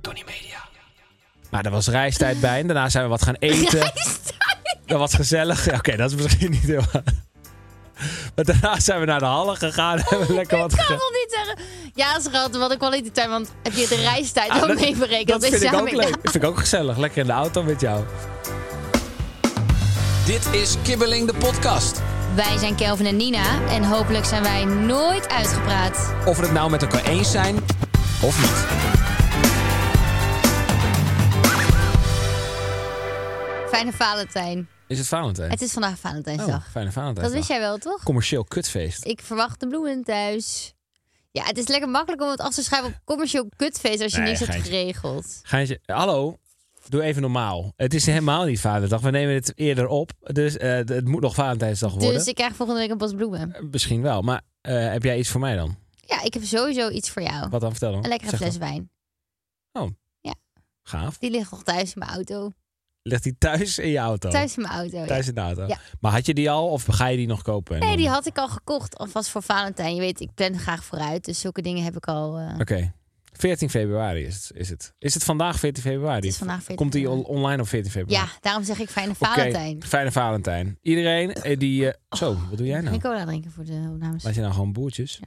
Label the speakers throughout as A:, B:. A: Tony Media. Maar er was reistijd bij en daarna zijn we wat gaan eten. Dat was gezellig. Ja, Oké, dat is misschien niet heel... Maar daarna zijn we naar de hallen gegaan en hebben we lekker wat
B: Ik kan
A: gegeten.
B: toch niet zeggen. Ja, schat, wat een kwaliteit. Want heb je de reistijd
A: Ah,
B: ook
A: dat-
B: meeberekend?
A: Dat
B: is
A: vind ik
B: ja,
A: ook
B: maar-
A: leuk. Dat vind ik ook gezellig. Lekker in de auto met jou.
C: Dit is Kibbeling de podcast.
B: Wij zijn Kelvin en Nina. En hopelijk zijn wij nooit uitgepraat.
C: Of we het nou met elkaar eens zijn of niet.
B: Fijne Valentijn.
A: Is het Valentijn?
B: Het is vandaag Valentijnsdag.
A: Oh, fijne Valentijn.
B: dat wist jij wel, toch?
A: Commercieel kutfeest.
B: Ik verwacht de bloemen thuis. Ja, het is lekker makkelijk om het af te schrijven op commercieel kutfeest als je
A: Nee,
B: niks hebt
A: geintje.
B: geregeld.
A: Geintje, hallo. Doe even normaal. Het is helemaal niet Vaderdag. We nemen het eerder op. Dus eh, het moet nog Valentijnsdag worden.
B: Dus ik krijg volgende week een bos bloemen.
A: Eh, Misschien wel. Maar eh, heb jij iets voor mij dan?
B: Ja, ik heb sowieso iets voor jou.
A: Wat dan? Vertel dan.
B: Een lekkere
A: Zeg dan.
B: fles wijn.
A: Gaaf.
B: Die ligt nog thuis in mijn auto.
A: Ligt die thuis in je auto?
B: Thuis in mijn auto. ja.
A: Oh. Thuis in de auto.
B: Ja.
A: Maar had je die al of ga je die nog kopen? En
B: Nee,
A: dan-
B: die had ik al gekocht. Alvast voor Valentijn. Je weet, ik plan graag vooruit. Dus zulke dingen heb ik al. eh,
A: Oké. 14 februari is het, is het. Is het vandaag 14 februari?
B: het is vandaag 14
A: Komt die
B: februari.
A: on- online op 14 februari?
B: Ja, daarom zeg ik fijne
A: Oké,
B: Valentijn. Oh,
A: Fijne Valentijn. Iedereen eh, die... eh, Zo, wat doe jij nou?
B: Ik cola drinken voor de opnames.
A: Laat je nou gewoon boertjes?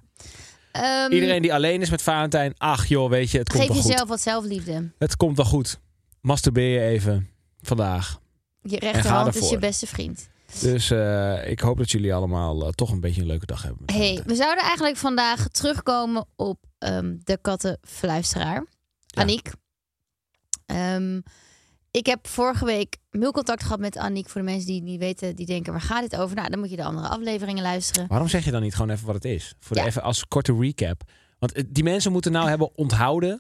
B: Ehm,
A: Iedereen die alleen is met Valentijn. Ach joh, weet je, het komt
B: geef
A: wel
B: jezelf
A: goed.
B: wat zelfliefde.
A: Het komt wel goed. Masturbeer je even vandaag.
B: Je
A: ga
B: rechterhand
A: ervoor.
B: is je beste vriend.
A: Dus eh, ik hoop dat jullie allemaal eh, toch een beetje een leuke dag hebben. met
B: Hey,
A: Valentijn.
B: we zouden eigenlijk vandaag terugkomen op ehm, de kattenfluisteraar.
A: Ja.
B: Aniek. Ehm, ik heb vorige week mailcontact gehad met Aniek. Voor de mensen die het niet weten, die denken waar gaat dit over? Nou, dan moet je de andere afleveringen luisteren.
A: Waarom zeg je dan niet gewoon even wat het is? Voor de,
B: Ja.
A: Even als korte recap. Want eh, die mensen moeten nou hebben onthouden.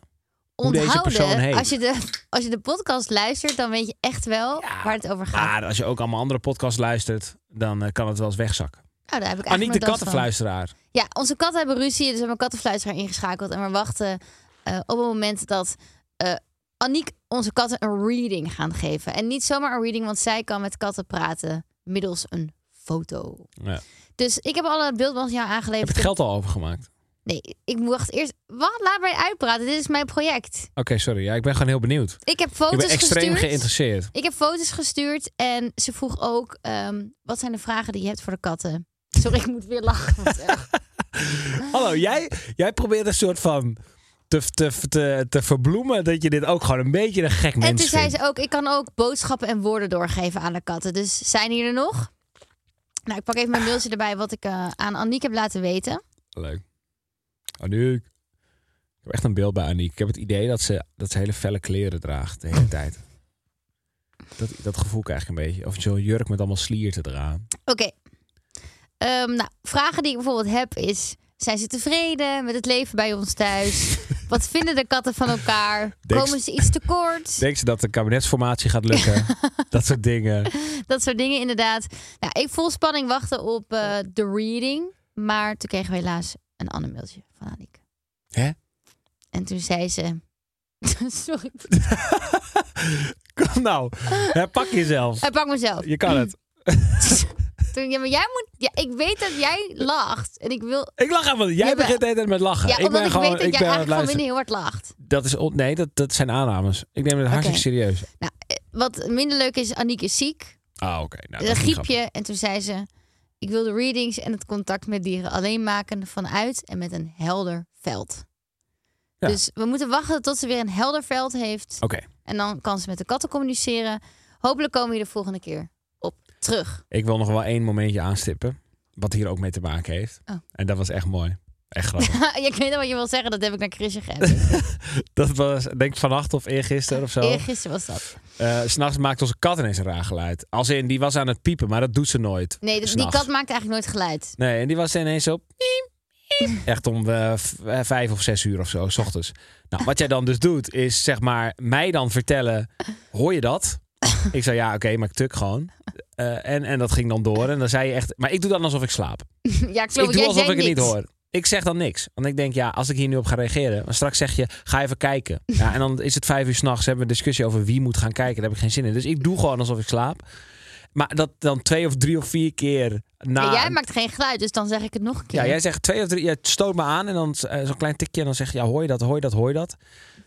A: Hoe deze
B: Onthouden,
A: persoon heet.
B: Als, je de, als je de podcast luistert, dan weet je echt wel waar het over gaat.
A: Maar Ah, als je ook allemaal andere podcasts luistert, dan eh, kan het wel eens wegzakken.
B: Nou, daar heb ik eigenlijk
A: Aniek de
B: nooit last van.
A: kattenfluisteraar.
B: Ja, onze katten hebben ruzie, dus we hebben een kattenfluisteraar ingeschakeld. En we wachten eh, op het moment dat eh Aniek onze katten een reading gaan geven. En niet zomaar een reading, want zij kan met katten praten middels een foto.
A: Ja.
B: Dus ik heb alle beeldmateriaal
A: Heb
B: aangeleverd.
A: je het geld al overgemaakt?
B: Nee, ik wacht eerst... Wat? Laat mij uitpraten. Dit is mijn project.
A: Oké, sorry. Ja, ik ben gewoon heel benieuwd.
B: Ik heb
A: ik
B: foto's
A: ben extreem
B: gestuurd.
A: geïnteresseerd.
B: Ik heb foto's gestuurd en ze vroeg ook... ehm, wat zijn de vragen die je hebt voor de katten? Sorry, ik moet weer lachen. want eh. echt.
A: Hallo, jij, jij probeert een soort van te, te, te, te verbloemen dat je dit ook gewoon een beetje een gek
B: En
A: mens
B: toen zei
A: vindt.
B: ze ook, ik kan ook boodschappen en woorden doorgeven aan de katten. Dus zijn die er nog? Nou, ik pak even mijn mailtje erbij wat ik eh, aan Aniek heb laten weten.
A: Leuk. Aniek. Ik heb echt een beeld bij Aniek. Ik heb het idee dat ze, dat ze hele felle kleren draagt de hele tijd. Dat, dat gevoel krijg ik een beetje. Of zo'n jurk met allemaal slierten eraan.
B: Oké. Ehm, nou, vragen die ik bijvoorbeeld heb is... Zijn ze tevreden met het leven bij ons thuis? Wat vinden de katten van elkaar?
A: Denk-
B: Komen ze iets tekort?
A: Denkt ze dat de kabinetsformatie gaat lukken? dat soort dingen.
B: Dat soort dingen inderdaad. Nou, ik vol spanning wachten op eh, de reading. Maar toen kregen we helaas een ander mailtje van Aniek.
A: Hè?
B: En toen zei ze... Sorry,
A: Kom nou, hè, pak jezelf.
B: hij pak mezelf.
A: Je kan het.
B: Toen, ja, maar jij moet. Ja, ik weet dat jij lacht. En ik wil.
A: Ik lach helemaal niet. Jij
B: Ja, maar-
A: begint de hele tijd met lachen.
B: Ja,
A: ik
B: omdat
A: ben
B: ik
A: gewoon,
B: weet dat
A: ik
B: jij
A: ben aan het
B: eigenlijk van
A: luisteren.
B: binnen heel hard lacht.
A: Dat is, on- nee, dat, dat zijn aannames. Ik neem het hartstikke serieus.
B: Nou, eh, wat minder leuk is, Aniek is ziek.
A: Ah, oké. Nou,
B: dat
A: is niet grappig.
B: Eh, griepje. En toen zei ze: Ik wil de readings en het contact met dieren alleen maken vanuit en met een helder veld.
A: Ja. Oh.
B: Dus we moeten wachten tot ze weer een helder veld heeft.
A: Oké.
B: En dan kan ze met de katten communiceren. Hopelijk komen we er de volgende keer op terug.
A: Ik wil nog wel één momentje aanstippen. Wat hier ook mee te maken heeft.
B: Oh.
A: En dat was echt mooi. Echt grappig.
B: ik weet al wat je wil zeggen, dat heb ik naar Chrisje gegeven.
A: dat was, denk ik, vannacht of eergisteren of zo.
B: Eergisteren was dat.
A: Eh, S S'nachts maakt onze kat ineens een raar geluid. Als in, die was aan het piepen, maar dat doet ze nooit.
B: Nee, dat- die
A: S'nachts.
B: kat maakt eigenlijk nooit geluid.
A: Nee, en die was ineens op. Echt om eh, v- eh, vijf of zes uur of zo, s ochtends. Nou, wat jij dan dus doet, is zeg maar mij dan vertellen, hoor je dat? Ik zei, ja, oké, maar ik tuk gewoon. Eh, en, en dat ging dan door. En dan zei je echt, maar ik doe dan alsof ik slaap.
B: Ja, klopt.
A: ik doe
B: jij
A: alsof ik
B: zei
A: het niet
B: niks.
A: hoor. Ik zeg dan niks. Want ik denk, ja, als ik hier nu op ga reageren. Maar straks zeg je, ga even kijken. Ja, en dan is het vijf uur s'nachts. Hebben we een discussie over wie moet gaan kijken. Daar heb ik geen zin in. Dus ik doe gewoon alsof ik slaap. Maar dat dan twee of drie of vier keer na.
B: En jij maakt geen geluid, dus dan zeg ik het nog een keer.
A: Nou, Ja, jij zegt twee of drie. Je stoot me aan en dan eh, zo'n klein tikje. En dan zeg je, ja, hoor je dat, hoor je dat, hoor je dat.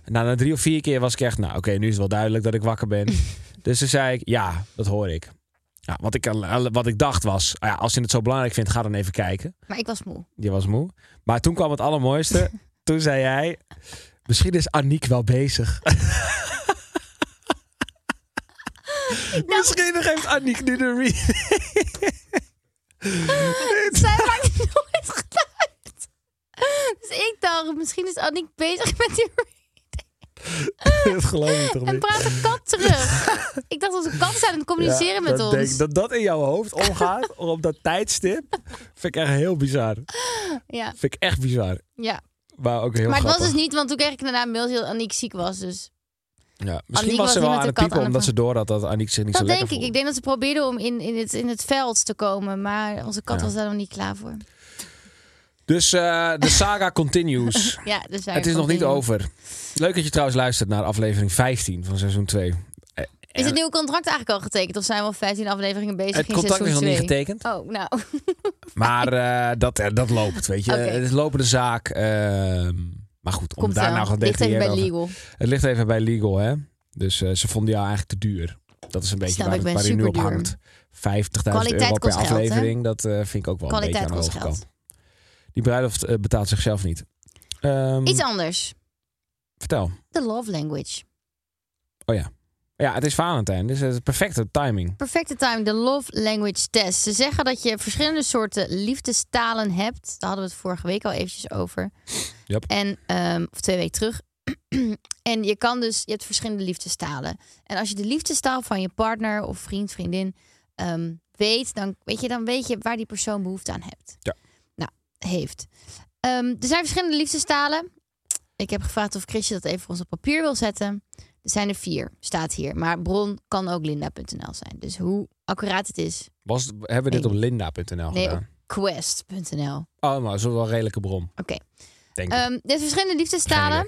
A: En na, na drie of vier keer was ik echt, nou oké, nu is het wel duidelijk dat ik wakker ben. dus toen zei ik, ja, dat hoor ik. Ja, wat, ik al- wat ik dacht was, ah ja, als je het zo belangrijk vindt, ga dan even kijken.
B: Maar ik was moe.
A: Je was moe. Maar toen kwam het allermooiste. toen zei jij, misschien is Aniek wel bezig.
B: Nou.
A: misschien geeft Aniek nu de re-
B: Zij maakt nooit geluid. Dus ik dacht, misschien is Annick bezig met die
A: Dat geloof ik toch
B: En
A: niet?
B: praat de kat terug. ik dacht dat onze kat is aan het communiceren
A: Ja,
B: met
A: dat
B: ons.
A: denk- dat dat in jouw hoofd omgaat op dat tijdstip, vind ik echt heel bizar.
B: Ja,
A: Vind ik echt bizar.
B: ja.
A: Maar ook heel
B: maar het was
A: grappig.
B: dus niet, want toen kreeg ik daarna een mailtje dat Annick ziek was. Dus
A: ja, misschien was
B: Aniek was
A: ze wel
B: niet met
A: aan
B: de
A: het
B: kat
A: piepen
B: aan
A: omdat
B: het-
A: ze door had dat Aniek zich niet zo
B: dat
A: lekker
B: denk ik.
A: voelde.
B: Ik denk dat ze probeerden om in, in, het, in het veld te komen. Maar onze kat
A: Ja.
B: was daar nog niet klaar voor.
A: Dus eh, de saga continues.
B: Ja, dus wij
A: Het is nog niet
B: continu.
A: over. Leuk dat je trouwens luistert naar aflevering 15 van seizoen 2.
B: Is het nieuwe contract eigenlijk al getekend? Of zijn we al 15 afleveringen bezig
A: Het
B: in
A: contract is nog
B: seizoen
A: niet
B: twee?
A: getekend,
B: Oh, nou.
A: maar eh, dat, eh, dat loopt, weet je.
B: Oké.
A: Het is lopende zaak. ehm, maar goed, om
B: Komt
A: daar
B: wel.
A: nou gaan
B: Ligt even bij
A: detailleren over-
B: legal.
A: Het ligt even bij legal, hè. Dus eh, ze vonden jou eigenlijk te duur. Dat is een beetje
B: Snap,
A: waar,
B: ik
A: het-
B: ben
A: waar je nu op
B: superduur.
A: hangt. 50.000
B: Kwaliteit
A: euro per
B: kost geld, hè?
A: aflevering, dat eh, vind ik ook wel een
B: Kwaliteit
A: beetje aan de
B: kost
A: hoge
B: geld.
A: kant. Die bruiloft eh, betaalt zichzelf niet. Ehm,
B: Iets anders.
A: vertel.
B: The love language.
A: Ja, het is Valentijn, dus het is perfecte timing.
B: Perfecte time, de love language test. Ze zeggen dat je verschillende soorten liefdestalen hebt. Daar hadden we het vorige week al eventjes over.
A: Yep.
B: En, ehm, of twee weken terug. en je kan dus, je hebt verschillende liefdestalen. En als je de liefdestaal van je partner of vriend, vriendin ehm, weet, dan weet, je, dan weet je waar die persoon behoefte aan hebt.
A: Ja.
B: Nou, heeft. Ehm, er zijn verschillende liefdestalen. Ik heb gevraagd of Chrisje dat even voor ons op papier wil zetten. Er zijn er vier, staat hier. Maar bron kan ook linda.nl zijn. Dus hoe accuraat het is,
A: Was, hebben we dit
B: Nee.
A: op linda.nl
B: Nee,
A: gedaan?
B: quest.nl.
A: Oh, maar zo wel een redelijke bron.
B: Oké.
A: Denk ik.
B: Ehm er zijn verschillende liefdestalen.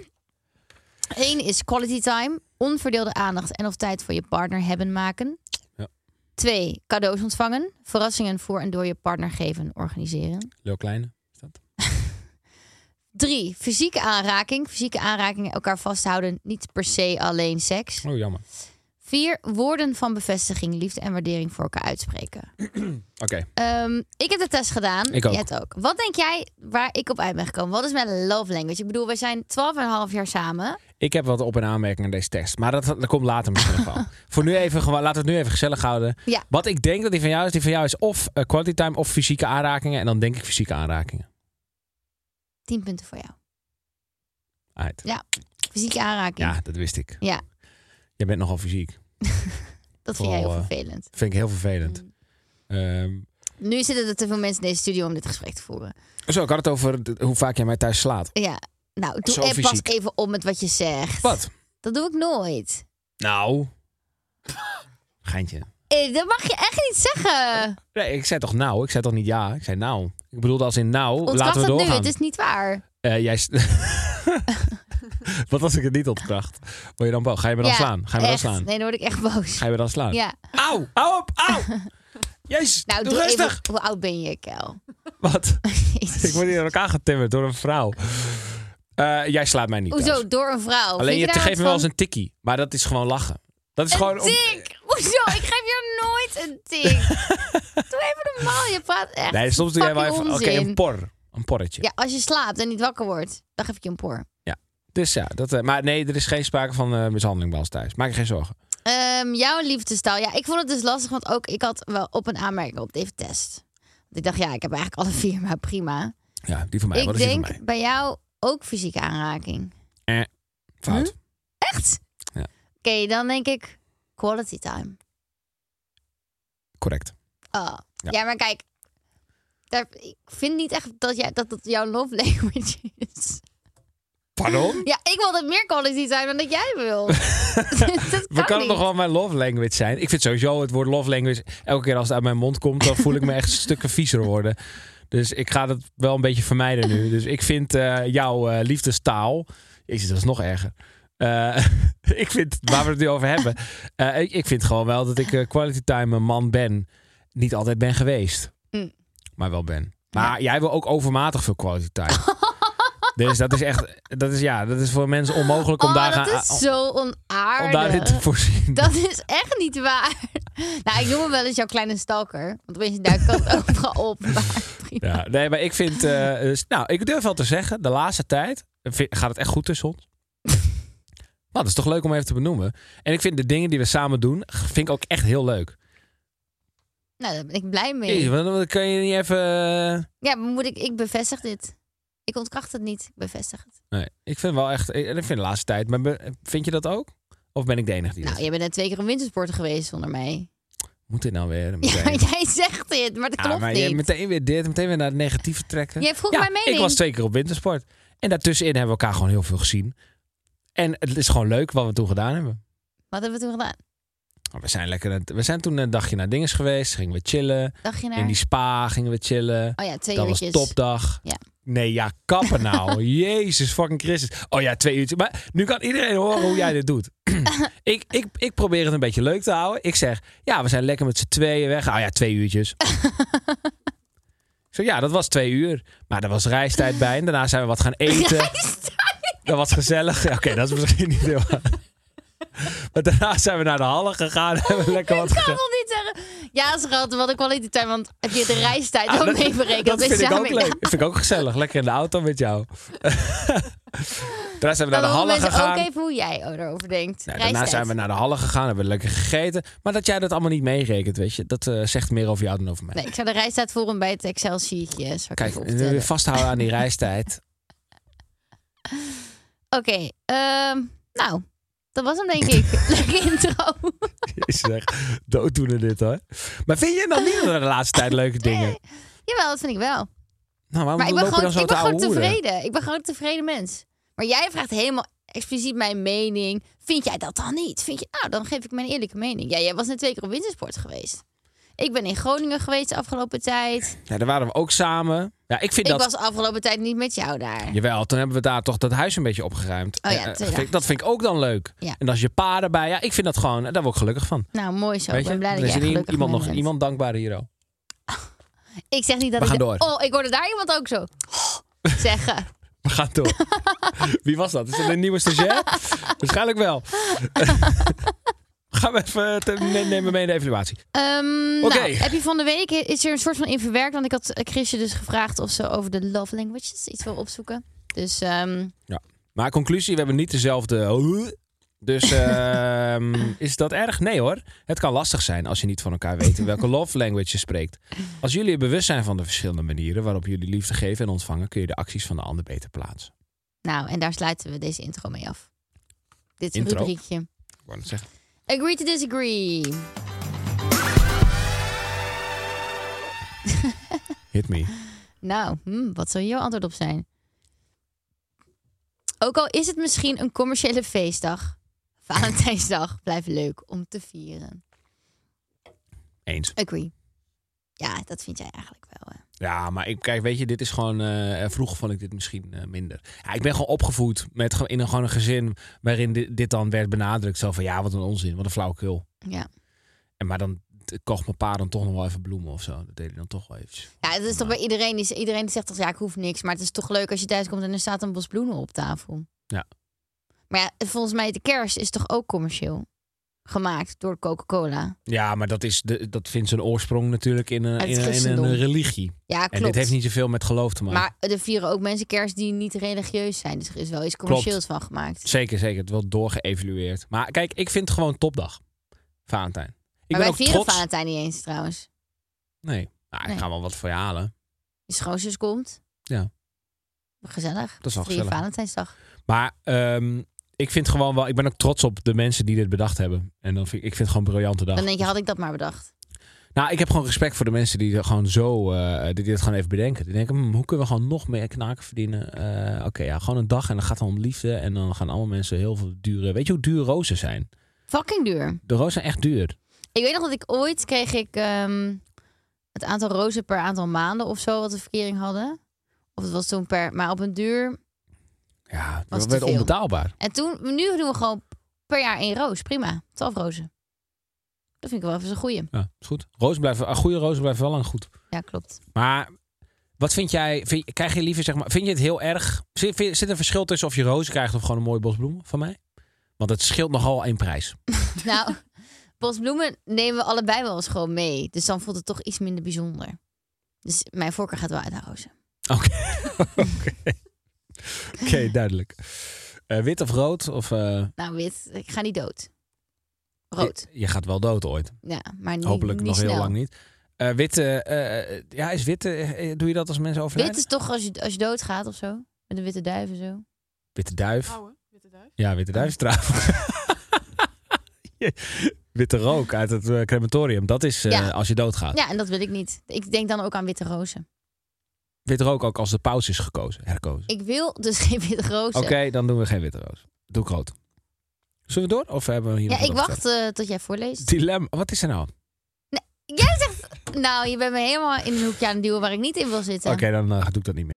B: Eén is quality time, onverdeelde aandacht en of tijd voor je partner hebben maken.
A: Ja.
B: Twee, cadeaus ontvangen, verrassingen voor en door je partner geven, organiseren.
A: Leo Kleine. Is dat?
B: Drie, fysieke aanraking, fysieke aanraking elkaar vasthouden, niet per se alleen seks.
A: Oh, jammer.
B: Vier, woorden van bevestiging, liefde en waardering voor elkaar uitspreken.
A: Oké.
B: Ehm, ik heb de test gedaan.
A: Ik ook.
B: Jij het ook. Wat denk jij waar ik op uit ben gekomen? Wat is mijn love language? Ik bedoel, we zijn 12,5 jaar samen.
A: Ik heb wat op- en aanmerkingen aan deze test. Maar dat, dat komt later misschien nog wel. Voor nu even, gewoon- laten we het nu even gezellig houden.
B: Ja.
A: Wat ik denk dat die van jou is, die van jou is of eh, quality time of fysieke aanrakingen. En dan denk ik fysieke aanrakingen.
B: 10 punten voor jou.
A: Uit.
B: Fysieke aanraking.
A: Ja, dat wist ik.
B: Ja.
A: Jij bent nogal fysiek.
B: dat vind jij heel
A: vooral, eh,
B: vervelend.
A: Vind ik heel vervelend.
B: Mm.
A: Ehm,
B: Nu zitten er te veel mensen in deze studio om dit gesprek te voeren.
A: zo, ik had het over de- hoe vaak jij mij thuis slaat.
B: Ja, nou,
A: Zo
B: doe eh, pas
A: fysiek.
B: even op met wat je zegt.
A: Wat?
B: Dat doe ik nooit.
A: Nou. Geintje.
B: Eh, dat mag je echt niet zeggen.
A: Nee, ik zei toch nou? Ik zei toch niet ja? Ik zei nou. Ik bedoelde als in nou,
B: Ontkracht
A: laten we
B: dat nu,
A: doorgaan.
B: het is niet waar.
A: Eh, jij... s- Wat als ik het niet ontkracht? Word je dan boos? Ga je me dan
B: Ja,
A: slaan? Ga je me
B: echt.
A: dan slaan?
B: Nee, dan word ik echt boos.
A: Ga je me dan slaan?
B: Ja.
A: Auw, hou op, auw! Jezus,
B: Nou,
A: doe
B: doe
A: rustig!
B: even... Hoe oud ben je, Kel?
A: Wat?
B: Jezus.
A: Ik word hier in elkaar getimmerd door een vrouw. Eh, jij slaat mij niet thuis.
B: Hoezo, door een vrouw?
A: Alleen je
B: Vind daar
A: geeft
B: wat
A: me wel eens
B: van?
A: een tikkie. Maar dat is gewoon lachen. Dat is gewoon... om-
B: Een tik! Hoezo? Ik geef jou nooit een tik. doe even normaal, je praat echt
A: Nee, soms doe jij wel even...
B: fucking
A: Oké,
B: onzin.
A: een por. Een porretje.
B: Ja, als je slaapt en niet wakker wordt, dan geef ik je een por.
A: Dus ja, dat, eh, maar nee, er is geen sprake van eh, mishandeling bij ons thuis. Maak je geen zorgen.
B: Ehm, jouw liefdestaal. Ja, ik vond het dus lastig, want ook ik had wel op een aanmerking op deze test. Want ik dacht, ja, ik heb eigenlijk alle vier, maar prima.
A: Ja, die van mij. Wat
B: ik
A: is die van
B: denk
A: mij?
B: bij jou ook fysieke aanraking.
A: Fout.
B: Hm? Echt?
A: Ja.
B: Oké, dan denk ik quality time.
A: Correct.
B: Oh.
A: Ja.
B: Ja. maar kijk, daar, ik vind niet echt dat, jij, dat dat jouw love language is.
A: Pardon?
B: Ja, ik wil dat meer quality zijn dan dat jij wil. dat
A: We kan het
B: niet.
A: nog wel mijn love language zijn. Ik vind sowieso het woord love language. Elke keer als het uit mijn mond komt, dan voel ik me echt stukken viezer worden. Dus ik ga dat wel een beetje vermijden nu. Dus ik vind eh, jouw eh, liefdestaal. Jezus, dat is nog erger. Eh, ik vind, waar we het nu over hebben. eh, ik ik vind gewoon wel dat ik eh, quality time een man ben. Niet altijd ben geweest,
B: Mm.
A: maar wel ben. Maar jij wil ook overmatig veel quality time. dus dat is echt, dat is ja, dat is voor mensen onmogelijk om
B: Oh,
A: daar
B: dat
A: aan-
B: is zo
A: om daarin te
B: onaardig.
A: voorzien.
B: Dat is echt niet waar. Nou, ik noem hem wel eens jouw kleine stalker. Want een beetje duikt dat overal op. Maar prima.
A: Ja, nee, maar ik vind. eh, dus- nou, ik durf wel te zeggen, de laatste tijd vind- gaat het echt goed tussen ons. Maar dat is toch leuk om even te benoemen. En ik vind de dingen die we samen doen, vind ik ook echt heel leuk.
B: Nou, daar ben ik blij
A: Jezus,
B: mee.
A: want dan kan je niet even. eh,
B: Ja, maar moet ik, ik bevestig dit. Ik ontkracht het niet. Ik bevestig het.
A: Nee, ik vind wel echt. Ik ik vind de laatste tijd. Maar be- vind je dat ook? Of ben ik de enige die dat?
B: Nou, je bent net twee keer een wintersporter geweest zonder mij.
A: Moet dit nou weer? Meteen.
B: Ja, maar jij zegt dit, maar dat
A: Ja,
B: klopt
A: maar je
B: niet.
A: meteen weer dit, meteen weer naar het negatieve trekken.
B: Jij vroeg
A: ja,
B: mijn mening.
A: Ik was twee keer op wintersport. En daartussenin hebben we elkaar gewoon heel veel gezien. En het is gewoon leuk wat we toen gedaan hebben.
B: Wat hebben we toen gedaan?
A: Maar We zijn, lekker, we zijn toen een dagje naar Dinges geweest. Gingen we chillen.
B: Dacht je naar?
A: In die spa gingen we chillen.
B: Oh ja, twee
A: dat
B: uurtjes.
A: was topdag.
B: Ja.
A: Nee, ja, kappen nou. Jezus fucking Christus. Oh ja, twee uurtjes. Maar nu kan iedereen horen hoe jij dit doet. ik, ik, ik probeer het een beetje leuk te houden. Ik zeg, ja, we zijn lekker met z'n tweeën weg. Oh ja, twee uurtjes. Ik zeg, ja, dat was twee uur. Maar er was reistijd bij. En daarna zijn we wat gaan eten. Dat was gezellig. Ja, Oké, dat is misschien niet heel... Maar daarna zijn we naar de hallen gegaan. en Hebben we lekker wat
B: Ik kan
A: gegeten.
B: toch niet zeggen. Ja, schat, wat een kwaliteit zijn, want heb je de reistijd ook
A: Ah,
B: Dus
A: dat-
B: meeberekend?
A: Dat,
B: is
A: vind ik
B: samen-
A: ook leuk. Dat vind ik ook gezellig. Lekker in de auto met jou. daarna zijn we naar de
B: Nou, Dan horen
A: hallen
B: mensen
A: gegaan.
B: Ook even hoe jij erover denkt.
A: Nou, daarna
B: Reistijd.
A: zijn we naar de hallen gegaan. Hebben we lekker gegeten. Maar dat jij dat allemaal niet meerekent, weet je. Dat eh, zegt meer over jou dan over mij.
B: Nee, ik zou de reistijd voor hem bij het Excel sheetje. zou ik
A: Kijk, eh,
B: even
A: we
B: optellen.
A: willen vasthouden aan die reistijd.
B: Oké, ehm, nou, dat was hem denk ik. Leuke intro.
A: Is echt dooddoener dit hoor. Maar vind je dan niet de laatste tijd leuke dingen?
B: Jawel, dat vind ik wel.
A: Nou, waarom
B: Maar ik ben
A: loop je dan
B: gewoon,
A: zo
B: ik
A: te
B: ben gewoon
A: ouwehoeren?
B: tevreden. Ik ben gewoon een tevreden mens. Maar jij vraagt helemaal expliciet mijn mening. Vind jij dat dan niet? Vind je, nou, dan geef ik mijn eerlijke mening. Ja, jij was net twee keer op wintersport geweest. Ik ben in Groningen geweest de afgelopen tijd.
A: Ja, daar waren we ook samen. Ja, ik vind
B: Ik
A: dat...
B: was de afgelopen tijd niet met jou daar.
A: Jawel, toen hebben we daar toch dat huis een beetje opgeruimd.
B: Oh ja,
A: Eh, eh,
B: twee
A: vind- dat vind ik ook dan leuk.
B: Ja.
A: En als je pa erbij, ja, ik vind dat gewoon, daar word ik gelukkig van.
B: Nou, mooi zo.
A: Weet
B: Ik ben
A: je?
B: blij
A: Er
B: dat jij
A: is hier
B: gelukkig
A: iemand
B: mee
A: nog
B: bent.
A: iemand dankbaar hier ook.
B: Ik zeg niet dat
A: We
B: ik...
A: gaan door.
B: Oh, ik hoorde daar iemand ook zo zeggen.
A: We gaan door. Wie was dat? Is dat een nieuwe stagiair? Waarschijnlijk wel. gaan we even te- ne- nemen we mee in de evaluatie.
B: Ehm,
A: Oké.
B: Nou, heb je van de week, is er een soort van in verwerkt? Want ik had eh, Chrisje dus gevraagd of ze over de love languages iets wil opzoeken. Dus ehm,
A: Maar conclusie, we hebben niet dezelfde. oh, Dus ehm, is dat erg? Nee hoor. Het kan lastig zijn als je niet van elkaar weet in welke love language je spreekt. Als jullie er bewust zijn van de verschillende manieren waarop jullie liefde geven en ontvangen, kun je de acties van de ander beter plaatsen.
B: nou, en daar sluiten we deze intro mee af. Dit is een
A: Intro?
B: rubriekje.
A: Ik wou net zeggen.
B: Agree to disagree.
A: Hit me.
B: Nou, hm, wat zou jouw antwoord op zijn? Ook al is het misschien een commerciële feestdag, Valentijnsdag blijft leuk om te vieren.
A: Eens.
B: Agree. Ja, dat vind jij eigenlijk wel. Hè?
A: Ja, maar ik, kijk, weet je, dit is gewoon. eh, vroeger vond ik dit misschien eh, minder. Ja, ik ben gewoon opgevoed met, ge- in een, gewoon een gezin waarin dit, dit dan werd benadrukt. Zo van ja, wat een onzin, wat een flauwekul.
B: Ja.
A: En maar dan t- kocht mijn pa dan toch nog wel even bloemen of zo. Dat deed hij dan toch wel eventjes.
B: Ja, dat is toch bij iedereen. die- Iedereen die zegt toch, ja, ik hoef niks. Maar het is toch leuk als je thuis komt en er staat een bos bloemen op tafel.
A: Ja.
B: Maar ja, volgens mij de kerst is toch ook commercieel gemaakt door Coca-Cola.
A: Ja, maar dat, is de, dat vindt zijn oorsprong natuurlijk in een,
B: Het
A: in, een- in
B: christendom.
A: een religie.
B: Ja, klopt.
A: En dit heeft niet zoveel met geloof te maken.
B: Maar er vieren ook mensen kerst die niet religieus zijn. Dus er is wel iets commercieels van gemaakt.
A: Zeker, zeker. Het wordt doorgeëvalueerd. Maar kijk, ik vind het gewoon topdag. Valentijn. Ik
B: maar
A: ben
B: wij
A: ook
B: vieren
A: trots.
B: Valentijn niet eens trouwens.
A: Nee. Nou, ik
B: Nee.
A: ga wel wat voor je halen.
B: Je schoonzus komt.
A: Ja.
B: Gezellig.
A: Dat is wel
B: Vier
A: gezellig.
B: Valentijnsdag.
A: Maar ehm, ik vind gewoon wel, ik ben ook trots op de mensen die dit bedacht hebben. En dan vind, ik vind het gewoon een briljante dag.
B: Dan denk je, had ik dat maar bedacht.
A: Nou, ik heb gewoon respect voor de mensen die er gewoon zo, eh, die dit gewoon even bedenken. Die denken, "Hmm, hoe kunnen we gewoon nog meer knaken verdienen? Eh, Oké, ja, gewoon een dag en dan gaat het om liefde. En dan gaan allemaal mensen heel veel dure... Weet je hoe duur rozen zijn?
B: Fucking duur.
A: De rozen zijn echt duur.
B: Ik weet nog dat ik ooit kreeg ik ehm, het aantal rozen per aantal maanden of zo wat de verkering hadden. Of het was toen per, maar op een duur.
A: Ja,
B: Was
A: dat
B: te
A: werd
B: veel.
A: onbetaalbaar.
B: En toen, nu doen we gewoon per jaar één roos. Prima, twaalf rozen. Dat vind ik wel even een goeie.
A: Ja, is goed. Rozen blijven, ah, goede rozen blijven wel lang goed.
B: Ja, klopt.
A: Maar wat vind jij, vind, krijg je liever, zeg maar, vind je het heel erg... Zit, vind- zit er verschil tussen of je rozen krijgt of gewoon een mooie bosbloem van mij? Want het scheelt nogal in prijs.
B: nou, bosbloemen nemen we allebei wel eens gewoon mee. Dus dan voelt het toch iets minder bijzonder. Dus mijn voorkeur gaat wel uit naar rozen.
A: Oké, oké. Oké, duidelijk. Eh, wit of rood? Of, eh,
B: Nou, wit, ik ga niet dood. Rood.
A: Je, je gaat wel dood ooit.
B: Ja, maar niet,
A: Hopelijk
B: niet
A: nog heel
B: snel.
A: lang niet. Eh, witte, eh, eh, ja, is witte, eh, eh, doe je dat als mensen overlijden?
B: Wit is toch als je, als je doodgaat of zo? Met een witte duif en zo.
A: Witte duif.
B: Oh.
D: Oude, witte duif.
A: Ja, witte duifstraaf. witte rook uit het eh, crematorium. Dat is eh,
B: Ja.
A: als je doodgaat.
B: Ja, en dat wil ik niet. Ik denk dan ook aan witte rozen.
A: Witte rook ook als de paus is gekozen, herkozen.
B: Ik wil dus geen witte rozen.
A: Oké, dan doen we geen witte roos. Doe ik rood. Zullen we door? Of hebben we hier
B: Ja,
A: nog wat
B: ik
A: over te
B: wacht eh, tot jij voorleest.
A: zeggen? Dilemma. Wat is er nou?
B: Jij zegt, nou, je bent me helemaal in een hoekje aan het duwen waar ik niet in wil zitten.
A: Oké, dan eh, doe ik dat niet meer.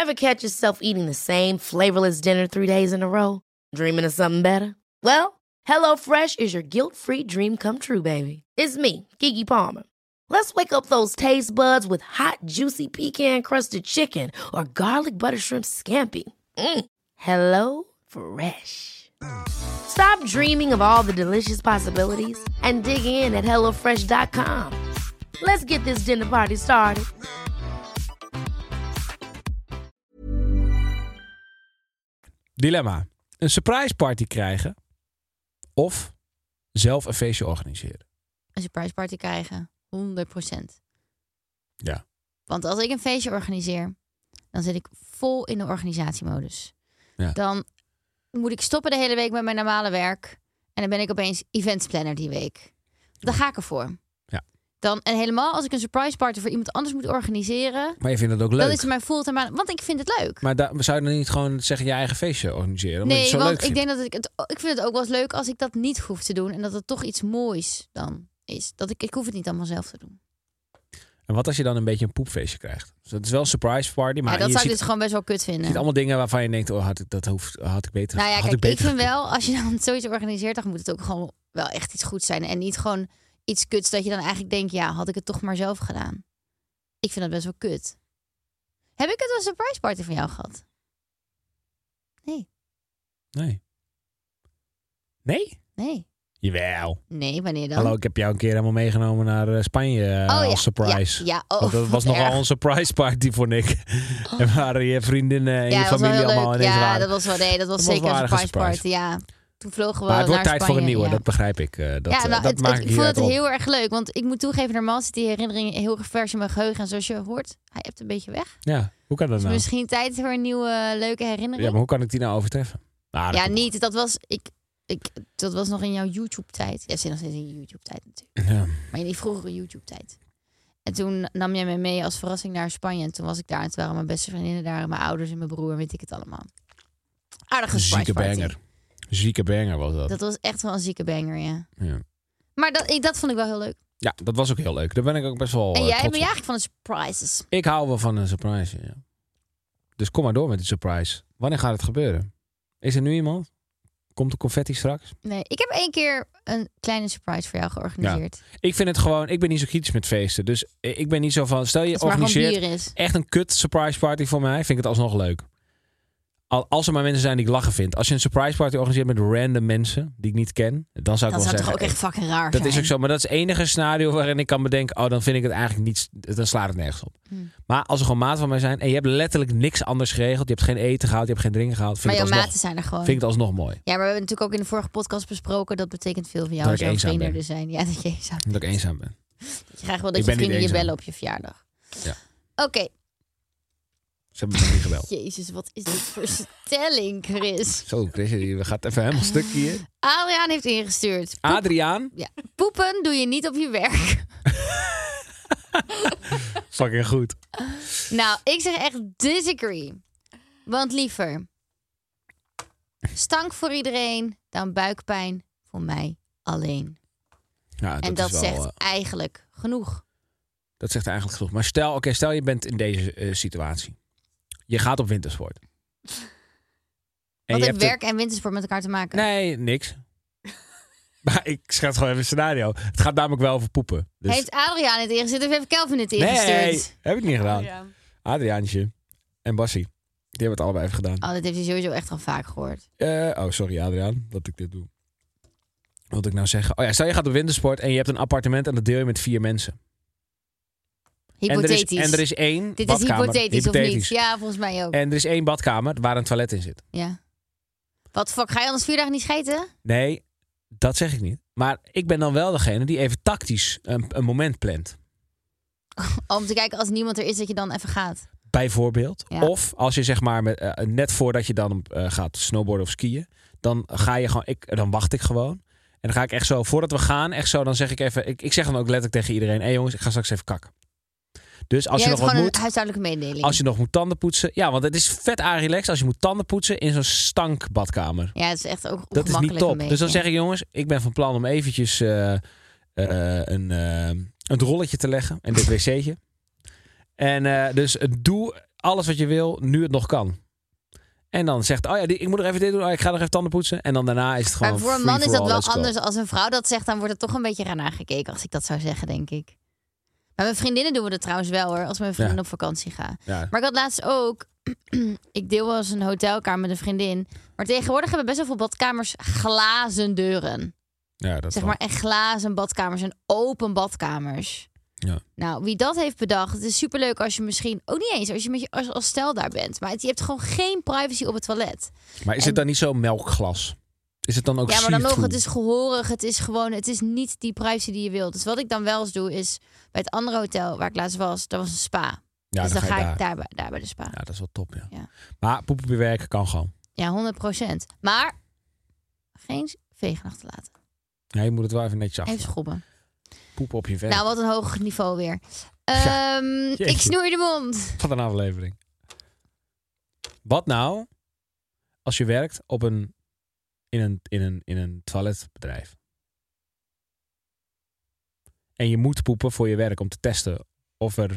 E: Ever catch yourself eating the same flavorless dinner three days in a row? Dreaming of something better? Well, HelloFresh is your guilt-free dream come true, baby. It's me, Kiki Palmer. Let's wake up those taste buds with hot, juicy pecan-crusted chicken or garlic butter shrimp scampi. Mm. Hello Fresh. Stop dreaming of all the delicious possibilities and dig in at HelloFresh.com. Let's get this dinner party started.
A: Dilemma. Een surprise party krijgen of zelf een feestje organiseren.
B: Een surprise party krijgen. 100%.
A: Ja.
B: Want als ik een feestje organiseer, dan zit ik vol in de organisatiemodus.
A: Ja.
B: Dan moet ik stoppen de hele week met mijn normale werk. En dan ben ik opeens eventplanner die week. Daar ga ik ervoor.
A: Ja.
B: Dan, en helemaal als ik een surprise party voor iemand anders moet organiseren,
A: Maar je vindt het ook leuk.
B: dan is het mijn fulltime baan. Want ik vind het leuk.
A: Maar daar- zou je dan niet gewoon zeggen je eigen feestje organiseren? omdat je
B: nee,
A: het zo
B: want
A: leuk vindt?
B: ik denk dat ik het. Ik vind het ook wel eens leuk als ik dat niet hoef te doen. En dat het toch iets moois dan is. Dat ik, ik hoef het niet allemaal zelf te doen.
A: En wat als je dan een beetje een poepfeestje krijgt? Dus dat is wel een surprise party, maar
B: ja, dat
A: je
B: zou
A: ziet,
B: ik dus gewoon best wel kut
A: je
B: vinden.
A: ziet allemaal dingen waarvan je denkt, oh, had ik, dat hoeft, had ik beter.
B: Nou ja,
A: had
B: kijk,
A: ik,
B: ik,
A: beter
B: vind wel, als je dan zoiets organiseert, dan moet het ook gewoon wel echt iets goeds zijn. En niet gewoon iets kuts dat je dan eigenlijk denkt, ja, had ik het toch maar zelf gedaan. Ik vind dat best wel kut. Heb ik het wel een surprise party van jou gehad?
A: Nee. Nee?
B: Nee.
A: Jawel.
B: Nee, wanneer dan?
A: Hallo, ik heb jou een keer helemaal meegenomen naar eh, Spanje eh,
B: Oh, ja,
A: als
B: ja,
A: surprise.
B: Ja, oh,
A: Want dat was
B: wat
A: nogal
B: erg.
A: een surprise party, vond ik. En waren je vriendinnen en je
B: dat was wel
A: familie
B: heel
A: allemaal
B: leuk.
A: ineens
B: Ja,
A: waren.
B: dat was wel nee, dat was
A: was
B: zeker
A: wel
B: een
A: aardige
B: surprise, party. Ja, toen vlogen we
A: Maar het wordt
B: naar
A: tijd
B: Spanje,
A: voor een nieuwe,
B: ja.
A: dat begrijp ik. eh, dat
B: ja,
A: eh,
B: nou,
A: dat
B: het-
A: maak
B: het,
A: ik
B: ik vond
A: hieruit
B: het
A: op.
B: heel erg leuk, want ik moet toegeven, normaal zitten die herinneringen heel erg vers in mijn geheugen. En zoals je hoort, hij hebt een beetje weg.
A: Ja, hoe kan dat
B: Dus
A: nou?
B: misschien tijd voor een nieuwe eh, leuke herinnering.
A: Ja, maar hoe kan ik die nou overtreffen? Nou, dat
B: Ja,
A: komt
B: niet. Dat was, ik, ik, dat was nog in jouw YouTube-tijd. Jij zit nog steeds in je YouTube-tijd natuurlijk.
A: wel. Ja.
B: Maar in die vroegere YouTube-tijd. En toen nam jij me mee als verrassing naar Spanje. En toen was ik daar. En toen waren mijn beste vriendinnen daar. En mijn ouders en mijn broer en weet ik het allemaal. Aardige surprise
A: Zieke
B: party.
A: banger. Zieke banger was dat.
B: Dat was echt wel een zieke banger, ja.
A: Ja.
B: Maar dat, ik, dat vond ik wel heel leuk.
A: Ja, dat was ook heel leuk. Daar ben ik ook best wel
B: en
A: eh,
B: jij ben
A: trots
B: jij
A: op.
B: eigenlijk van de surprises.
A: Ik hou wel van een surprise. Ja. Dus kom maar door met die surprise. Wanneer gaat het gebeuren? Is er nu iemand? Komt de confetti straks?
B: Nee, ik heb één keer een kleine surprise voor jou georganiseerd.
A: Ik vind het gewoon... Ik ben niet zo kritisch met feesten. Dus eh, ik ben niet zo van... Stel je
B: dat het maar gewoon
A: organiseert
B: bier is.
A: echt een kut surprise party voor mij, vind ik het alsnog leuk. Al, als er maar mensen zijn die ik lachen vind. Als je een surprise party organiseert met random mensen die ik niet ken, dan zou ik
B: Dat
A: wel
B: zou toch
A: zeggen. eh,
B: ook echt fucking raar
A: dat
B: zijn?
A: is ook zo, maar dat is het enige scenario waarin ik kan bedenken, oh, dan vind ik het eigenlijk niet, dan slaat het nergens op.
B: Hmm.
A: Maar als er gewoon maat van mij zijn en je hebt letterlijk niks anders geregeld, je hebt geen eten gehaald, je hebt geen drinken gehaald, vind,
B: Maar
A: ik
B: jouw
A: het, alsnog,
B: maten zijn er gewoon.
A: vind ik het alsnog mooi.
B: Ja, maar we hebben natuurlijk ook in de vorige podcast besproken... dat betekent veel van jou
A: Dat
B: als
A: ik
B: jouw
A: eenzaam
B: vrienden
A: ben.
B: er zijn. Ja, dat je eenzaam bent.
A: Dat ik eenzaam ben.
B: Je krijgt wel
A: Ik
B: dat
A: ben
B: je
A: niet
B: vrienden je
A: eenzaam.
B: bellen op je verjaardag.
A: Ja.
B: Oké,
A: Ze hebben me nog niet gebeld.
B: Jezus, wat is dit voor stelling, Chris?
A: Zo, Chris, hier gaat even helemaal stuk hier.
B: Adriaan heeft ingestuurd.
A: Adriaan,
B: Ja. Poepen doe je niet op je werk.
A: fucking goed.
B: Nou, ik zeg echt disagree. Want liever stank voor iedereen dan buikpijn voor mij alleen.
A: Ja, dat
B: en dat
A: is wel,
B: zegt
A: eh,
B: eigenlijk genoeg.
A: dat zegt eigenlijk genoeg. Maar stel, oké, stel je bent in deze eh, situatie. Je gaat op wintersport. En je
B: Wat heeft
A: hebt het-
B: werk en wintersport met elkaar te maken?
A: Nee, niks. maar ik schets gewoon even een scenario. Het gaat namelijk wel over poepen. Dus...
B: Heeft Adriaan het ingestuurd of heeft Kelvin het ingestuurd?
A: nee, heb ik niet
B: Oh,
A: gedaan. Adriaantje en Bassie. Die hebben het allebei even gedaan.
B: Oh, dat heeft hij sowieso echt al vaak gehoord.
A: Eh, oh, sorry Adriaan dat ik dit doe. Wat wilde ik nou zeggen? Oh ja, stel je gaat op wintersport en je hebt een appartement en dat deel je met vier mensen. En
B: Hypothetisch.
A: er is, en er is één
B: Dit is
A: badkamer.
B: hypothetisch, of niet? Ja, volgens mij ook.
A: En er is één badkamer waar een toilet in zit.
B: Ja. Wat fuck, ga je anders vier dagen niet scheten?
A: Nee, dat zeg ik niet. Maar ik ben dan wel degene die even tactisch een, een moment plant.
B: Om te kijken als niemand er is, dat je dan even gaat.
A: Bijvoorbeeld.
B: Ja.
A: Of als je zeg maar met, eh, net voordat je dan eh, gaat snowboarden of skiën, dan ga je gewoon, ik, dan wacht ik gewoon. En dan ga ik echt zo, voordat we gaan, echt zo, dan zeg ik even, ik, ik zeg dan ook letterlijk tegen iedereen, hé jongens, ik ga straks even kakken. Dus als
B: Jij
A: je nog
B: hebt
A: wat
B: gewoon
A: moet,
B: een huishoudelijke mededeling.
A: als je nog moet tanden poetsen, ja, want het is vet aan relaxed als je moet tanden poetsen in zo'n stankbadkamer.
B: Ja, het is echt ook
A: Dat is niet
B: ongemakkelijk
A: top.
B: een
A: Dus dan
B: beetje.
A: zeg ik, jongens, ik ben van plan om eventjes eh, eh, een, eh, een rolletje te leggen en dit wc'tje. En eh, dus eh, doe alles wat je wil, nu het nog kan. En dan zegt, oh ja, die, ik moet nog even dit doen. Oh, ik ga nog even tanden poetsen. En dan daarna is het gewoon
B: Maar voor een
A: free
B: man is
A: for
B: dat
A: all,
B: wel
A: let's go.
B: anders. Als een vrouw dat zegt, dan wordt het toch een beetje raar aangekeken als ik dat zou zeggen, denk ik. Maar mijn vriendinnen doen we dat trouwens wel hoor, als mijn vrienden
A: Ja.
B: op vakantie gaan.
A: Ja.
B: Maar ik had laatst ook, ik deel wel eens een hotelkamer met een vriendin. Maar tegenwoordig hebben best wel veel badkamers glazen deuren.
A: Ja, dat
B: Zeg
A: wel.
B: maar echt glazen badkamers en open badkamers.
A: Ja.
B: Nou, wie dat heeft bedacht, het is superleuk als je misschien ook niet eens als je met je als, als stel daar bent, maar het, je hebt gewoon geen privacy op het toilet.
A: Maar is
B: en-
A: het dan niet zo melkglas? Is het dan ook
B: ja, maar dan dus- nog,
A: see-through?
B: het is gehorig, het is gewoon, het is niet die privacy die je wilt. Dus wat ik dan wel eens doe is bij het andere hotel waar ik laatst was, dat was een spa.
A: ja,
B: dus dan,
A: je
B: ga ik
A: daar.
B: daar bij, daar bij de spa.
A: Ja, dat is wel top, ja.
B: Ja.
A: Maar poep op je werk kan gewoon.
B: Ja, 100 Maar geen vegen achterlaten.
A: Ja, je moet het wel even netjes
B: Even
A: af.
B: schrobben.
A: Poep op je werk.
B: Nou, wat een hoog niveau weer.
A: Ja.
B: Ehm, ik
A: Jeetje.
B: snoer de mond.
A: Wat een aflevering. Wat nou als je werkt op een, in, een, in, een, in een toiletbedrijf? En je moet poepen voor je werk om te testen of er...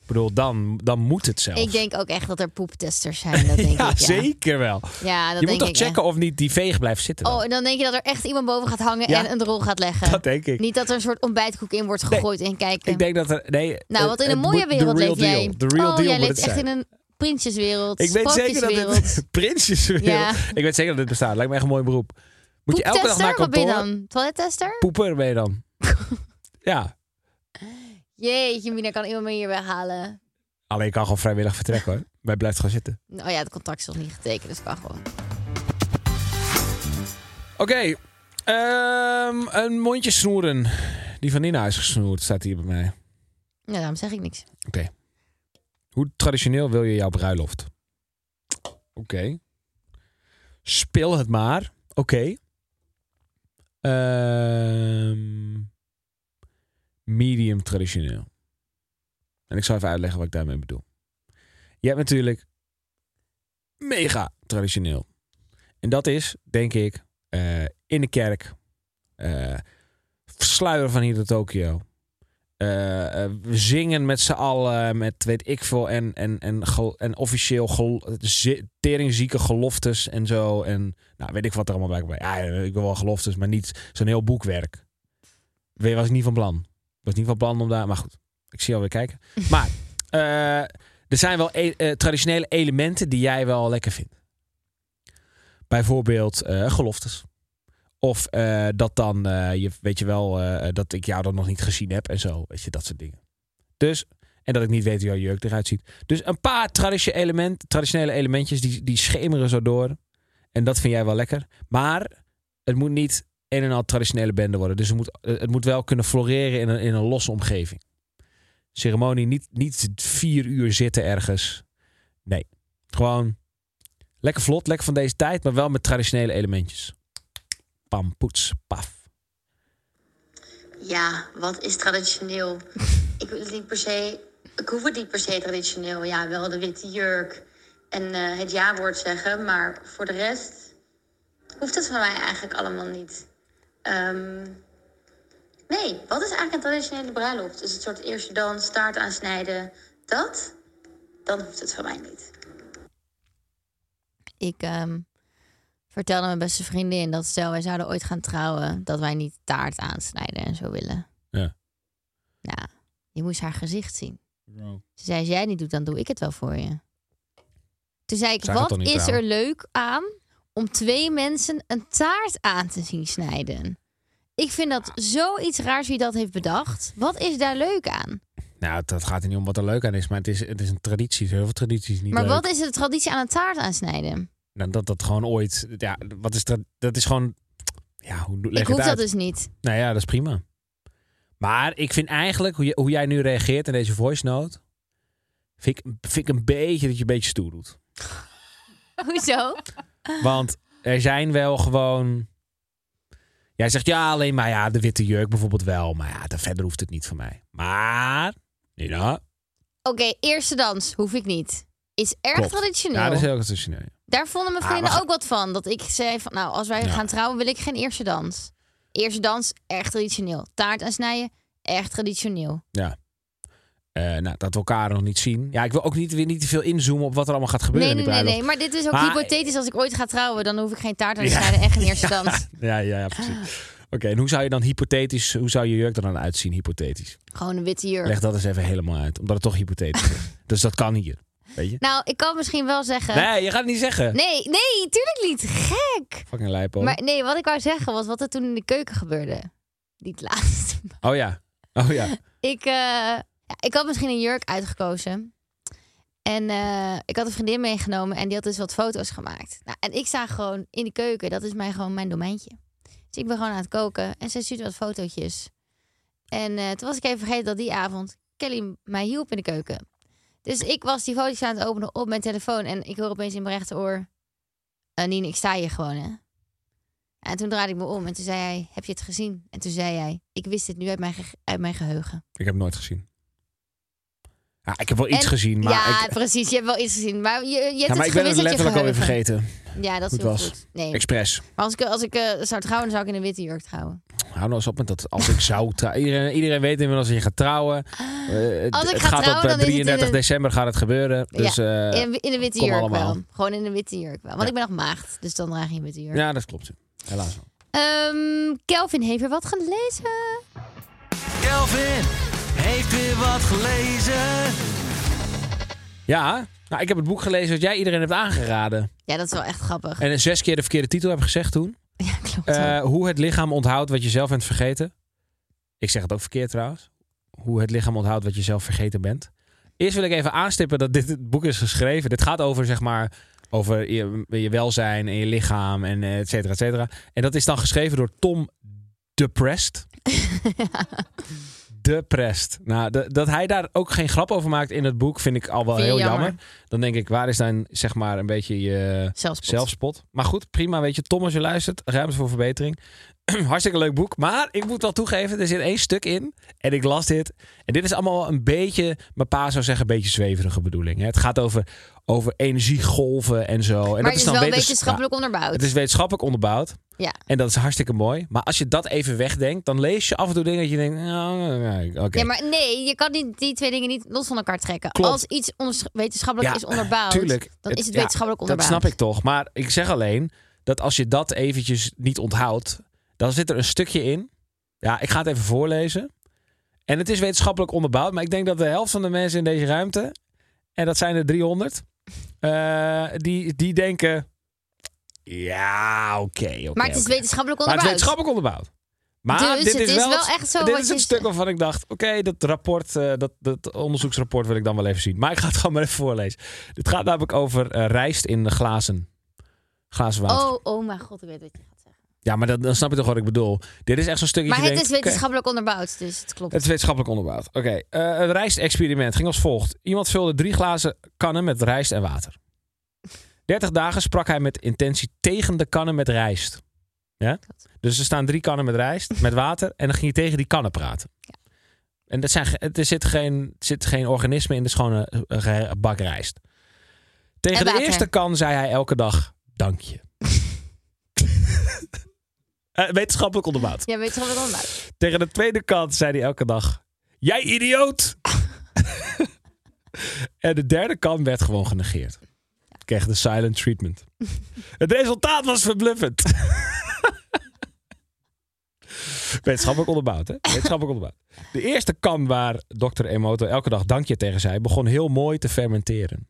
A: Ik bedoel, dan, dan moet het zelfs.
B: Ik denk ook echt dat er poeptesters zijn. Dat denk
A: ja,
B: ik, ja.
A: zeker wel.
B: Ja, dat
A: je moet
B: denk
A: toch
B: ik
A: checken of niet die veeg blijft zitten.
B: echt.
A: dan.
B: Oh, en dan denk je dat er echt iemand boven gaat hangen
A: Ja.
B: en een rol gaat leggen.
A: dat denk ik.
B: Niet dat er een soort ontbijtkoek in wordt gegooid en kijken.
A: Ik denk dat er... Nee,
B: nou,
A: eh,
B: wat in
A: het
B: een mooie
A: moet de
B: wereld
A: real
B: leef jij.
A: deal. De real
B: oh,
A: deal
B: jij
A: moet
B: leeft
A: het
B: echt
A: zijn.
B: in een prinsjeswereld.
A: Ik weet zeker dat
B: sprookjeswereld.
A: dit... Prinsjeswereld.
B: Ja.
A: Ik weet zeker dat dit bestaat. Lijkt me echt een mooi beroep. Moet je elke dag naar
B: Poeptester? Wat ben je
A: kantoor...
B: dan? Toilettester?
A: Poeper ben je dan. ja.
B: Jeetje, Mina kan iemand me hier weghalen.
A: Alleen ik kan gewoon vrijwillig vertrekken hoor. Wij blijft gewoon zitten.
B: Oh ja, het contract is nog niet getekend, dus kan gewoon.
A: Oké. ehm, een mondje snoeren. Die van Nina is gesnoerd, staat hier bij mij.
B: Ja, daarom zeg ik niks.
A: Hoe traditioneel wil je jouw bruiloft? Oké. Speel het maar. Oké. Ehm, medium traditioneel. En ik zal even uitleggen wat ik daarmee bedoel. Je hebt natuurlijk mega traditioneel. En dat is, denk ik, eh, in de kerk. eh versluieren van hier tot Tokio. Eh, eh, we zingen met z'n allen, met weet ik veel, en, en, en, gel- en officieel gel- zi- teringzieke geloftes en zo. En nou, weet ik wat er allemaal bij. Ja, ik wil wel geloftes, maar niet zo'n heel boekwerk. Weet je, was ik niet van plan. Was niet van plan om daar, maar goed, ik zie alweer kijken. Maar eh, er zijn wel e- eh, traditionele elementen die jij wel lekker vindt. Bijvoorbeeld eh, geloftes. Of eh, dat dan, eh, je, weet je wel, eh, dat ik jou dan nog niet gezien heb en zo. Weet je, dat soort dingen. Dus, en dat ik niet weet hoe jouw jurk eruit ziet. Dus een paar traditio- element, traditionele elementjes, die, die schemeren zo door. En dat vind jij wel lekker. Maar het moet niet een en al traditionele bende worden. Dus het moet, eh, het moet wel kunnen floreren in een, in een losse omgeving. Ceremonie, niet, niet vier uur zitten ergens. Nee. Gewoon lekker vlot, lekker van deze tijd, maar wel met traditionele elementjes. Pam, poets, paf.
D: Ja, wat is traditioneel? ik wil het niet per se. Ik hoef het niet per se traditioneel. Ja, wel de witte jurk en eh, het ja-woord zeggen. Maar voor de rest hoeft het van mij eigenlijk allemaal niet. Ehm, nee, wat is eigenlijk een traditionele bruiloft? Is het soort eerste dans, staart aansnijden? Dat? Dan hoeft het van mij niet.
B: Ik ehm, vertelde mijn beste vriendin dat stel wij zouden ooit gaan trouwen, dat wij niet taart aansnijden en zo willen.
A: Ja.
B: Ja, je moest haar gezicht zien. Ze zei, als jij het niet doet, dan doe ik het wel voor je. Toen zei ik,
A: Zij gaat
B: wat
A: toch niet
B: is er
A: trouwen?
B: leuk aan om twee mensen een taart aan te zien snijden? Ik vind dat zoiets raars wie dat heeft bedacht. Wat is daar leuk aan?
A: Nou, dat gaat er niet om wat er leuk aan is, maar het is, het is een traditie. Er zijn heel veel tradities niet
B: Maar
A: leuk.
B: wat is de traditie aan een taart aansnijden?
A: Nou, dat dat gewoon ooit... Ja, wat is dat? Dat is gewoon... Ja, hoe leg je
B: ik hoef
A: het uit?
B: dat dus niet.
A: Nou ja, dat is prima. Maar ik vind eigenlijk, hoe, je- hoe jij nu reageert in deze voice note... Vind ik, vind ik een beetje dat je een beetje stoer doet.
B: Hoezo?
A: Want er zijn wel gewoon. Jij zegt ja, alleen maar ja, de witte jurk bijvoorbeeld wel. Maar ja, daar verder hoeft het niet van mij. Maar. Ja,
B: Oké, eerste dans hoef ik niet. Is erg
A: Klopt.
B: traditioneel.
A: ja dat is heel traditioneel. ja.
B: Daar vonden mijn
A: Ah,
B: vrienden
A: wacht.
B: ook wat van. Dat ik zei van, nou, als wij
A: Ja.
B: gaan trouwen wil ik geen eerste dans. Eerste dans, erg traditioneel. Taart aansnijden, echt traditioneel.
A: Eh, nou, dat we elkaar nog niet zien. Ja, ik wil ook niet, weer niet te veel inzoomen op wat er allemaal gaat gebeuren
B: Nee, nee,
A: in die
B: nee, nee.
A: bruiloft.
B: Maar dit is ook
A: Maar-
B: hypothetisch. Als ik ooit ga trouwen, dan hoef ik geen taart aan te
A: Ja.
B: snijden en geen eerste dans.
A: Ja, ja, ja precies.
B: Ah.
A: Oké, en hoe zou je dan hypothetisch, hoe zou je jurk er dan uitzien, hypothetisch?
B: Gewoon een witte jurk.
A: Leg dat eens even helemaal uit, omdat het toch hypothetisch is. Dus dat kan hier, weet je?
B: Nou, ik kan misschien wel zeggen...
A: Nee, je gaat het niet zeggen.
B: nee, nee, tuurlijk niet. Gek.
A: Fucking lijpo.
B: Maar nee, wat ik wou zeggen was wat er toen in de keuken gebeurde. Niet laatst.
A: Oh ja, oh ja.
B: Ik, eh, ja, ik had misschien een jurk uitgekozen. En eh, ik had een vriendin meegenomen en die had dus wat foto's gemaakt. Nou, en ik sta gewoon in de keuken. Dat is mij gewoon mijn domeintje. Dus ik ben gewoon aan het koken en zij stuurt wat fotootjes. En eh, toen was ik even vergeten dat die avond Kelly mij hielp in de keuken. Dus ik was die foto's aan het openen op mijn telefoon. En ik hoor opeens in mijn rechteroor... eh Nien, ik sta hier gewoon, hè. En toen draaide ik me om en toen zei hij... Heb je het gezien? En toen zei hij... Ik wist het nu uit mijn, ge- uit mijn geheugen.
A: Ik heb nooit gezien. Ja, ik heb wel iets
B: En-
A: gezien, maar
B: ja,
A: ik,
B: precies. Je hebt wel iets gezien. Maar je, je hebt
A: ja, maar
B: het
A: ik ben het
B: gewist uit je
A: letterlijk alweer
B: geheugen.
A: vergeten.
B: Ja, dat is
A: Goed
B: heel
A: was.
B: goed. Nee.
A: Expres.
B: Maar als ik, als ik eh, zou trouwen, dan zou ik in een witte jurk trouwen.
A: Hou nou eens op met dat. Als ik zou trouwen. Iedereen, iedereen weet inmiddels dat je gaat trouwen. Eh, het
B: Ah, Als ik
A: het
B: ga
A: gaat
B: trouwen,
A: op eh,
B: dan is het in
A: 33
B: een-
A: december gaat het gebeuren. Dus ja,
B: in, een- in een witte
A: kom
B: jurk
A: allemaal.
B: wel. Gewoon in een witte jurk wel. Want
A: Ja.
B: ik ben nog maagd, dus dan draag je een witte jurk.
A: ja dat klopt. Helaas wel.
B: Ehm, Kelvin heeft weer wat gelezen.
C: Kelvin heeft weer wat gelezen.
A: Ja, nou, ik heb het boek gelezen dat jij iedereen hebt aangeraden.
B: Ja, dat is wel echt grappig.
A: En zes keer de verkeerde titel heb gezegd toen.
B: Ja, klopt.
A: Eh,
B: wel.
A: hoe het lichaam onthoudt wat je zelf bent vergeten. Ik zeg het ook verkeerd trouwens. Hoe het lichaam onthoudt wat je zelf vergeten bent. Eerst wil ik even aanstippen dat dit het boek is geschreven. Dit gaat over, zeg maar, over je, je welzijn en je lichaam en eh, et cetera, et cetera. En dat is dan geschreven door Tom Deprest. Deprest. Nou, de- dat hij daar ook geen grap over maakt in het boek vind ik al wel
B: Vind je
A: heel jammer.
B: jammer.
A: Dan denk ik, waar is dan, zeg maar, een beetje je...
B: Zelfspot.
A: Zelfspot. Maar goed, prima. Weet je, Tom, als je luistert, ruimte voor verbetering. Hartstikke leuk boek. Maar ik moet wel toegeven, er zit één stuk in. En ik las dit. En dit is allemaal wel een beetje, mijn pa zou zeggen, een beetje zweverige bedoeling. hè. Het gaat over, over energiegolven en zo. En
B: maar het is wel
A: wetens-
B: wetenschappelijk
A: ja,
B: onderbouwd.
A: het is wetenschappelijk onderbouwd.
B: Ja.
A: En dat is hartstikke mooi. Maar als je dat even wegdenkt, dan lees je af en toe dingen dat je denkt, nou, oké.
B: Nee, maar nee, je kan die, die twee dingen niet los van elkaar trekken.
A: Klopt.
B: Als iets onders- wetenschappelijk
A: Ja,
B: is onderbouwd,
A: tuurlijk.
B: dan
A: Het-
B: is het
A: ja,
B: wetenschappelijk
A: Dat
B: onderbouwd.
A: snap ik toch. Maar ik zeg alleen dat als je dat eventjes niet onthoudt, dan zit er een stukje in. Ja, ik ga het even voorlezen. En het is wetenschappelijk onderbouwd, maar ik denk dat de helft van de mensen in deze ruimte, en dat zijn er 300, eh, die, die denken: ja, oké. oké,
B: Maar het is
A: oké."
B: wetenschappelijk
A: Maar het is
B: onderbouwd.
A: wetenschappelijk onderbouwd. Maar
B: Dus
A: dit
B: het
A: is,
B: is
A: wel,
B: wel
A: het-
B: echt zo
A: Dit
B: wat
A: is
B: je
A: het
B: z-
A: stuk waarvan ik dacht: oké, dat rapport, eh, dat, dat onderzoeksrapport wil ik dan wel even zien. Maar ik ga het gewoon maar even voorlezen. Het gaat namelijk over eh, rijst in glazen. Glazen water.
B: Oh, oh mijn god, ik weet wat je gaat zeggen.
A: Ja, maar dan, dan snap je toch wat ik bedoel. Dit is echt zo'n stukje.
B: Maar
A: dat
B: het
A: je
B: is
A: denkt, oké,
B: wetenschappelijk onderbouwd, dus het klopt.
A: Het is wetenschappelijk onderbouwd. Oké, eh, het rijstexperiment ging als volgt. Iemand vulde drie glazen kannen met rijst en water. 30 dagen sprak hij met intentie tegen de kannen met rijst. Ja? Dus er staan drie kannen met rijst, met water. En dan ging hij tegen die kannen praten. En dat zijn, ge- het- er zit geen, er zit geen organisme in, het is gewoon een, een ge- een bak rijst. Tegen
B: En
A: de
B: water.
A: eerste kan zei hij elke dag, dank je. Eh, wetenschappelijk onderbouwd.
B: Ja, wetenschappelijk onderbouwd.
A: Tegen de tweede kant zei hij elke dag: Jij idioot! en de derde kant werd gewoon genegeerd. Kreeg de silent treatment. Het resultaat was verbluffend. Wetenschappelijk onderbouwd, hè? Wetenschappelijk onderbouwd. De eerste kan waar dokter Emoto elke dag dankje tegen zei, begon heel mooi te fermenteren.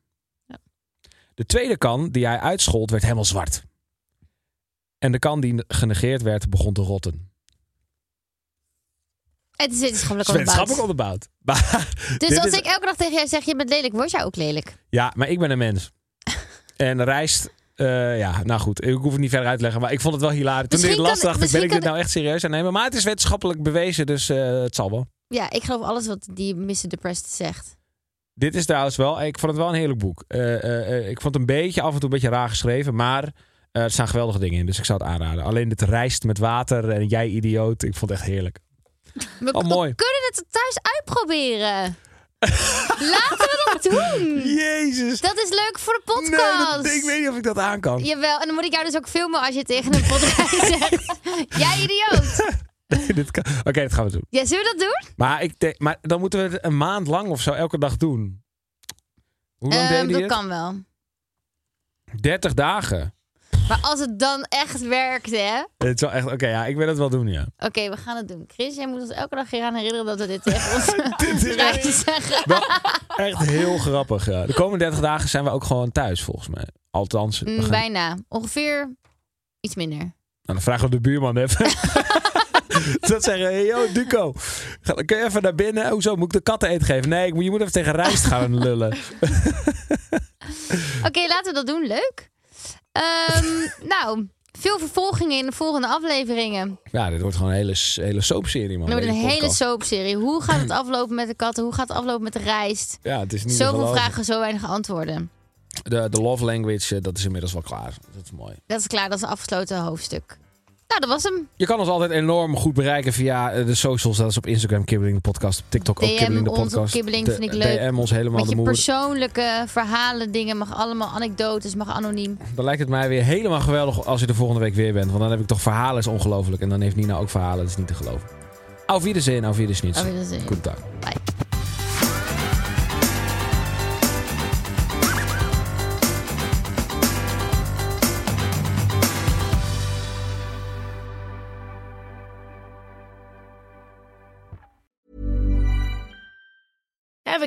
A: De tweede kan die hij uitschold, werd helemaal zwart. En de kan die genegeerd werd, begon te rotten.
B: Het is wetenschappelijk
A: Het is wetenschappelijk
B: onderbouwd.
A: onderbouwd. Maar, dit
B: Dus als
A: is-
B: ik elke dag tegen jij zeg, je bent lelijk, word jij ook lelijk.
A: Ja, maar ik ben een mens. En rijst... eh, ja, nou goed. Ik hoef het niet verder uit te leggen. Maar ik vond het wel hilarisch. Toen ik het
B: Misschien
A: las,
B: kan-
A: dacht ik, ben ik
B: misschien
A: dit nou echt serieus aan het nemen? Maar het is wetenschappelijk bewezen, dus eh, het zal wel.
B: Ja, ik geloof alles wat die Mr. Depressed zegt.
A: Dit is trouwens wel... Ik vond het wel een heerlijk boek. Eh, eh, eh, ik vond het een beetje af en toe een beetje raar geschreven. Maar eh, er staan geweldige dingen in. Dus ik zou het aanraden. Alleen dit rijst met water en jij idioot. Ik vond het echt heerlijk.
B: We,
A: Oh, mooi.
B: we kunnen het thuis uitproberen. Laten we dat doen.
A: Jezus.
B: Dat is leuk voor de
A: Nee,
B: podcast.
A: dat- ik weet niet of ik dat aan kan.
B: Jawel, en dan moet ik jou dus ook filmen als je tegen een podcast zegt. Jij idioot.
A: Dit kan- Oké, dat gaan we doen.
B: Ja, zullen we dat doen?
A: Maar, ik denk, maar dan moeten we het een maand lang of zo elke dag doen. Hoe lang
B: Ehm,
A: deed
B: dat
A: hij het?
B: kan wel.
A: 30 dagen.
B: Maar als het dan echt werkt, hè?
A: Het is wel echt... Oké, ja, ik wil het wel doen, ja.
B: Oké, we gaan het doen. Chris, jij moet ons elke dag hieraan herinneren dat we dit tegen ons
A: Dit is
B: rijtje
A: echt,
B: zeggen.
A: wel echt heel grappig, ja. De komende 30 dagen zijn we ook gewoon thuis, volgens mij. Althans, we
B: Mm,
A: gaan-
B: bijna. Ongeveer iets minder.
A: Nou, dan vragen we de buurman even. Dat zeggen, hey, yo, Duco, ga- kun je even naar binnen? Hoezo, moet ik de katten eten geven? Nee, ik moet, je moet even tegen rijst gaan lullen.
B: Oké, laten we dat doen. Leuk. Ehm, nou, veel vervolgingen in de volgende afleveringen.
A: Ja, dit wordt gewoon een hele, s- hele soapserie, man.
B: Er wordt een
A: Deze
B: hele
A: Oh, podcast.
B: soapserie. Hoe gaat het aflopen met de katten? Hoe gaat het aflopen met de rijst?
A: Ja, het is niet te
B: Zoveel
A: geloven.
B: vragen, zo weinig antwoorden.
A: De, de love language, eh, dat is inmiddels wel klaar. Dat is mooi.
B: Dat is klaar, dat is een afgesloten hoofdstuk. Nou, dat was hem.
A: Je kan ons altijd enorm goed bereiken via eh, de socials. Dat is op Instagram Kibbeling de Podcast, op TikTok ook
B: DM
A: Kibbeling de
B: ons op
A: Podcast.
B: Kibbeling,
A: De-
B: vind ik leuk.
A: DM ons helemaal
B: Met
A: de
B: je
A: moer.
B: persoonlijke verhalen, dingen mag allemaal anekdotes, mag anoniem.
A: Dan lijkt het mij weer helemaal geweldig als je de volgende week weer bent. Want dan heb ik toch verhalen, is ongelooflijk. En dan heeft Nina ook verhalen, dat is niet te geloven. Auf Wiedersehen, auf Wiedersehen.
B: Auf Wiedersehen.
A: Guten Tag.
B: Bye.
E: Ever